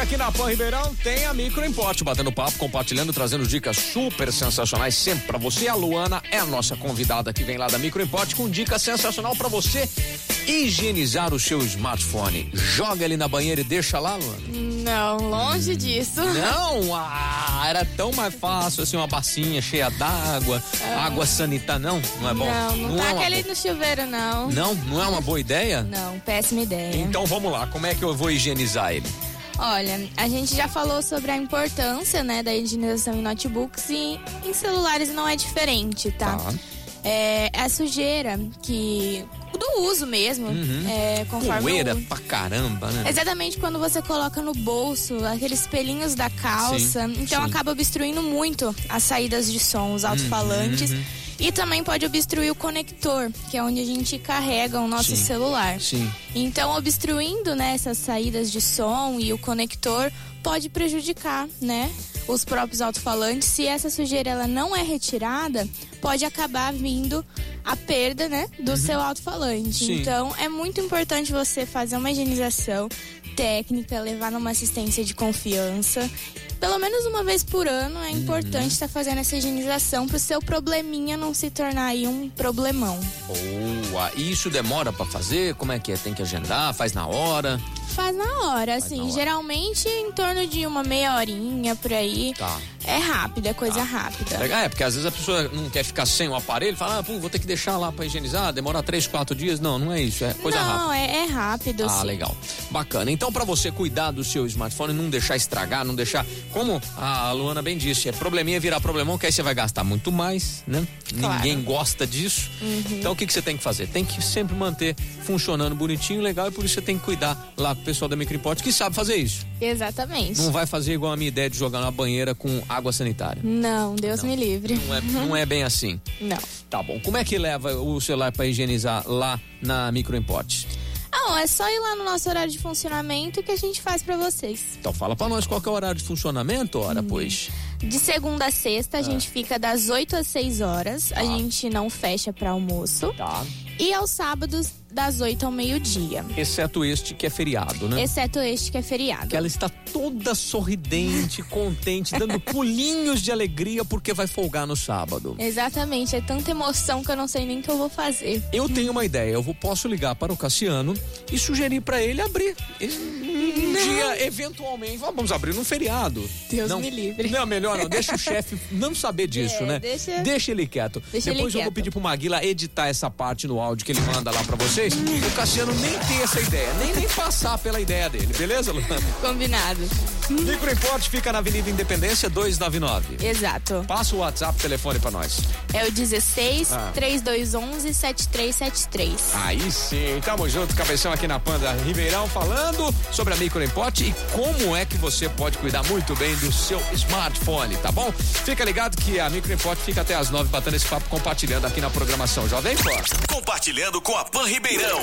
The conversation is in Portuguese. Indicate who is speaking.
Speaker 1: aqui na Pan Ribeirão tem a Micro Import, batendo papo, compartilhando, trazendo dicas super sensacionais sempre para você. A Luana é a nossa convidada que vem lá da Micro Import com dica sensacional para você higienizar o seu smartphone. Joga ele na banheira e deixa lá, Luana?
Speaker 2: Não, longe disso.
Speaker 1: Não, ah, era tão mais fácil assim, uma bacinha cheia d'água, água sanitária, não, não é bom.
Speaker 2: É. Não, não, tá
Speaker 1: é uma
Speaker 2: aquele no chuveiro, não.
Speaker 1: bo- Não, não é uma boa ideia?
Speaker 2: Não, péssima ideia.
Speaker 1: Então vamos lá, como é que eu vou higienizar ele?
Speaker 2: Olha, a gente já falou sobre a importância, né, da higienização em notebooks e em celulares não é diferente, tá?
Speaker 1: Tá.
Speaker 2: É, a sujeira que do uso mesmo, é, conforme
Speaker 1: Uhum. Poeira
Speaker 2: o- É.
Speaker 1: pra caramba, né?
Speaker 2: Exatamente quando você coloca no bolso aqueles pelinhos da calça.
Speaker 1: Sim,
Speaker 2: então
Speaker 1: sim.
Speaker 2: acaba obstruindo muito as saídas de som, os alto-falantes.
Speaker 1: Uhum,
Speaker 2: E também pode obstruir o conector, que é onde a gente carrega o nosso
Speaker 1: Sim.
Speaker 2: celular.
Speaker 1: Sim.
Speaker 2: Então, obstruindo né, essas saídas de som e o conector pode prejudicar, né? Os próprios alto-falantes, se essa sujeira ela não é retirada, pode acabar vindo a perda, né, do seu alto-falante.
Speaker 1: Sim.
Speaker 2: Então, é muito importante você fazer uma higienização técnica, levar numa assistência de confiança. Pelo menos uma vez por ano é importante estar fazendo essa higienização para o seu probleminha não se tornar aí um problemão.
Speaker 1: Boa. E isso demora pra fazer? Como é que é? Tem que agendar? Faz na hora?
Speaker 2: Faz na hora, assim.
Speaker 1: na hora.
Speaker 2: Geralmente em torno de uma meia horinha por aí.
Speaker 1: Tá.
Speaker 2: É rápido, é coisa rápida.
Speaker 1: É, porque às vezes a pessoa não quer ficar sem o aparelho, fala, ah, pô, vou ter que deixar lá pra higienizar, demora três, quatro dias. Não, não é isso, é coisa rápida.
Speaker 2: Não, é, é rápido,
Speaker 1: Ah,
Speaker 2: sim.
Speaker 1: legal. Bacana. Então, pra você cuidar do seu smartphone, não deixar estragar, não deixar. Como a Luana bem disse, é probleminha virar problemão, que aí você vai gastar muito mais, né?
Speaker 2: Claro. Uhum.
Speaker 1: Ninguém gosta disso. Então, o que, que você tem que fazer? Tem que sempre manter funcionando bonitinho, legal, e por isso você tem que cuidar lá com o pessoal da Microimport que sabe fazer isso.
Speaker 2: Exatamente.
Speaker 1: Não vai fazer igual a minha ideia de jogar na banheira com água sanitária.
Speaker 2: Não, Deus me livre.
Speaker 1: Não é, não é bem assim.
Speaker 2: Não.
Speaker 1: Tá bom. Como é que leva o celular pra higienizar lá na Microimport?
Speaker 2: Ah, é só ir lá no nosso horário de funcionamento que a gente faz pra vocês.
Speaker 1: Então fala pra nós qual que é o horário de funcionamento, ora, pois.
Speaker 2: De segunda a
Speaker 1: É.
Speaker 2: sexta, a gente fica das 8 às 6 horas. A gente não fecha pra almoço.
Speaker 1: Tá.
Speaker 2: E aos sábados, das 8 ao meio-dia.
Speaker 1: Exceto este que é feriado, né?
Speaker 2: Exceto este que é feriado.
Speaker 1: Que ela está toda sorridente, contente, dando pulinhos de alegria porque vai folgar no sábado.
Speaker 2: Exatamente, é tanta emoção que eu não sei nem o que eu vou fazer.
Speaker 1: Eu tenho uma ideia, eu vou- posso ligar para o Cassiano e sugerir para ele abrir esse- um dia, eventualmente. Vamos abrir num feriado.
Speaker 2: Deus
Speaker 1: não,
Speaker 2: me livre.
Speaker 1: Não, melhor não. Deixa o chefe não saber disso,
Speaker 2: É,
Speaker 1: né?
Speaker 2: deixa-
Speaker 1: ele quieto.
Speaker 2: Deixa ele
Speaker 1: Depois eu vou
Speaker 2: quieto.
Speaker 1: pedir pro Maguila editar essa parte no áudio que ele manda lá para vocês. O Cassiano nem tem essa ideia, nem, nem passar pela ideia dele, beleza, Luana?
Speaker 2: Combinado.
Speaker 1: Micro Import fica na Avenida Independência 299.
Speaker 2: Exato.
Speaker 1: Passa o WhatsApp, telefone pra nós.
Speaker 2: É o 16
Speaker 1: Ah.
Speaker 2: 3211 7373.
Speaker 1: Aí sim, tamo junto, cabeção aqui na Panda Ribeirão, falando sobre a Micro Import e como é que você pode cuidar muito bem do seu smartphone, tá bom? Fica ligado que a Micro Import fica até as nove batendo esse papo, compartilhando aqui na programação Jovem Pan.
Speaker 3: Compartilhando com a Pan Ribeirão.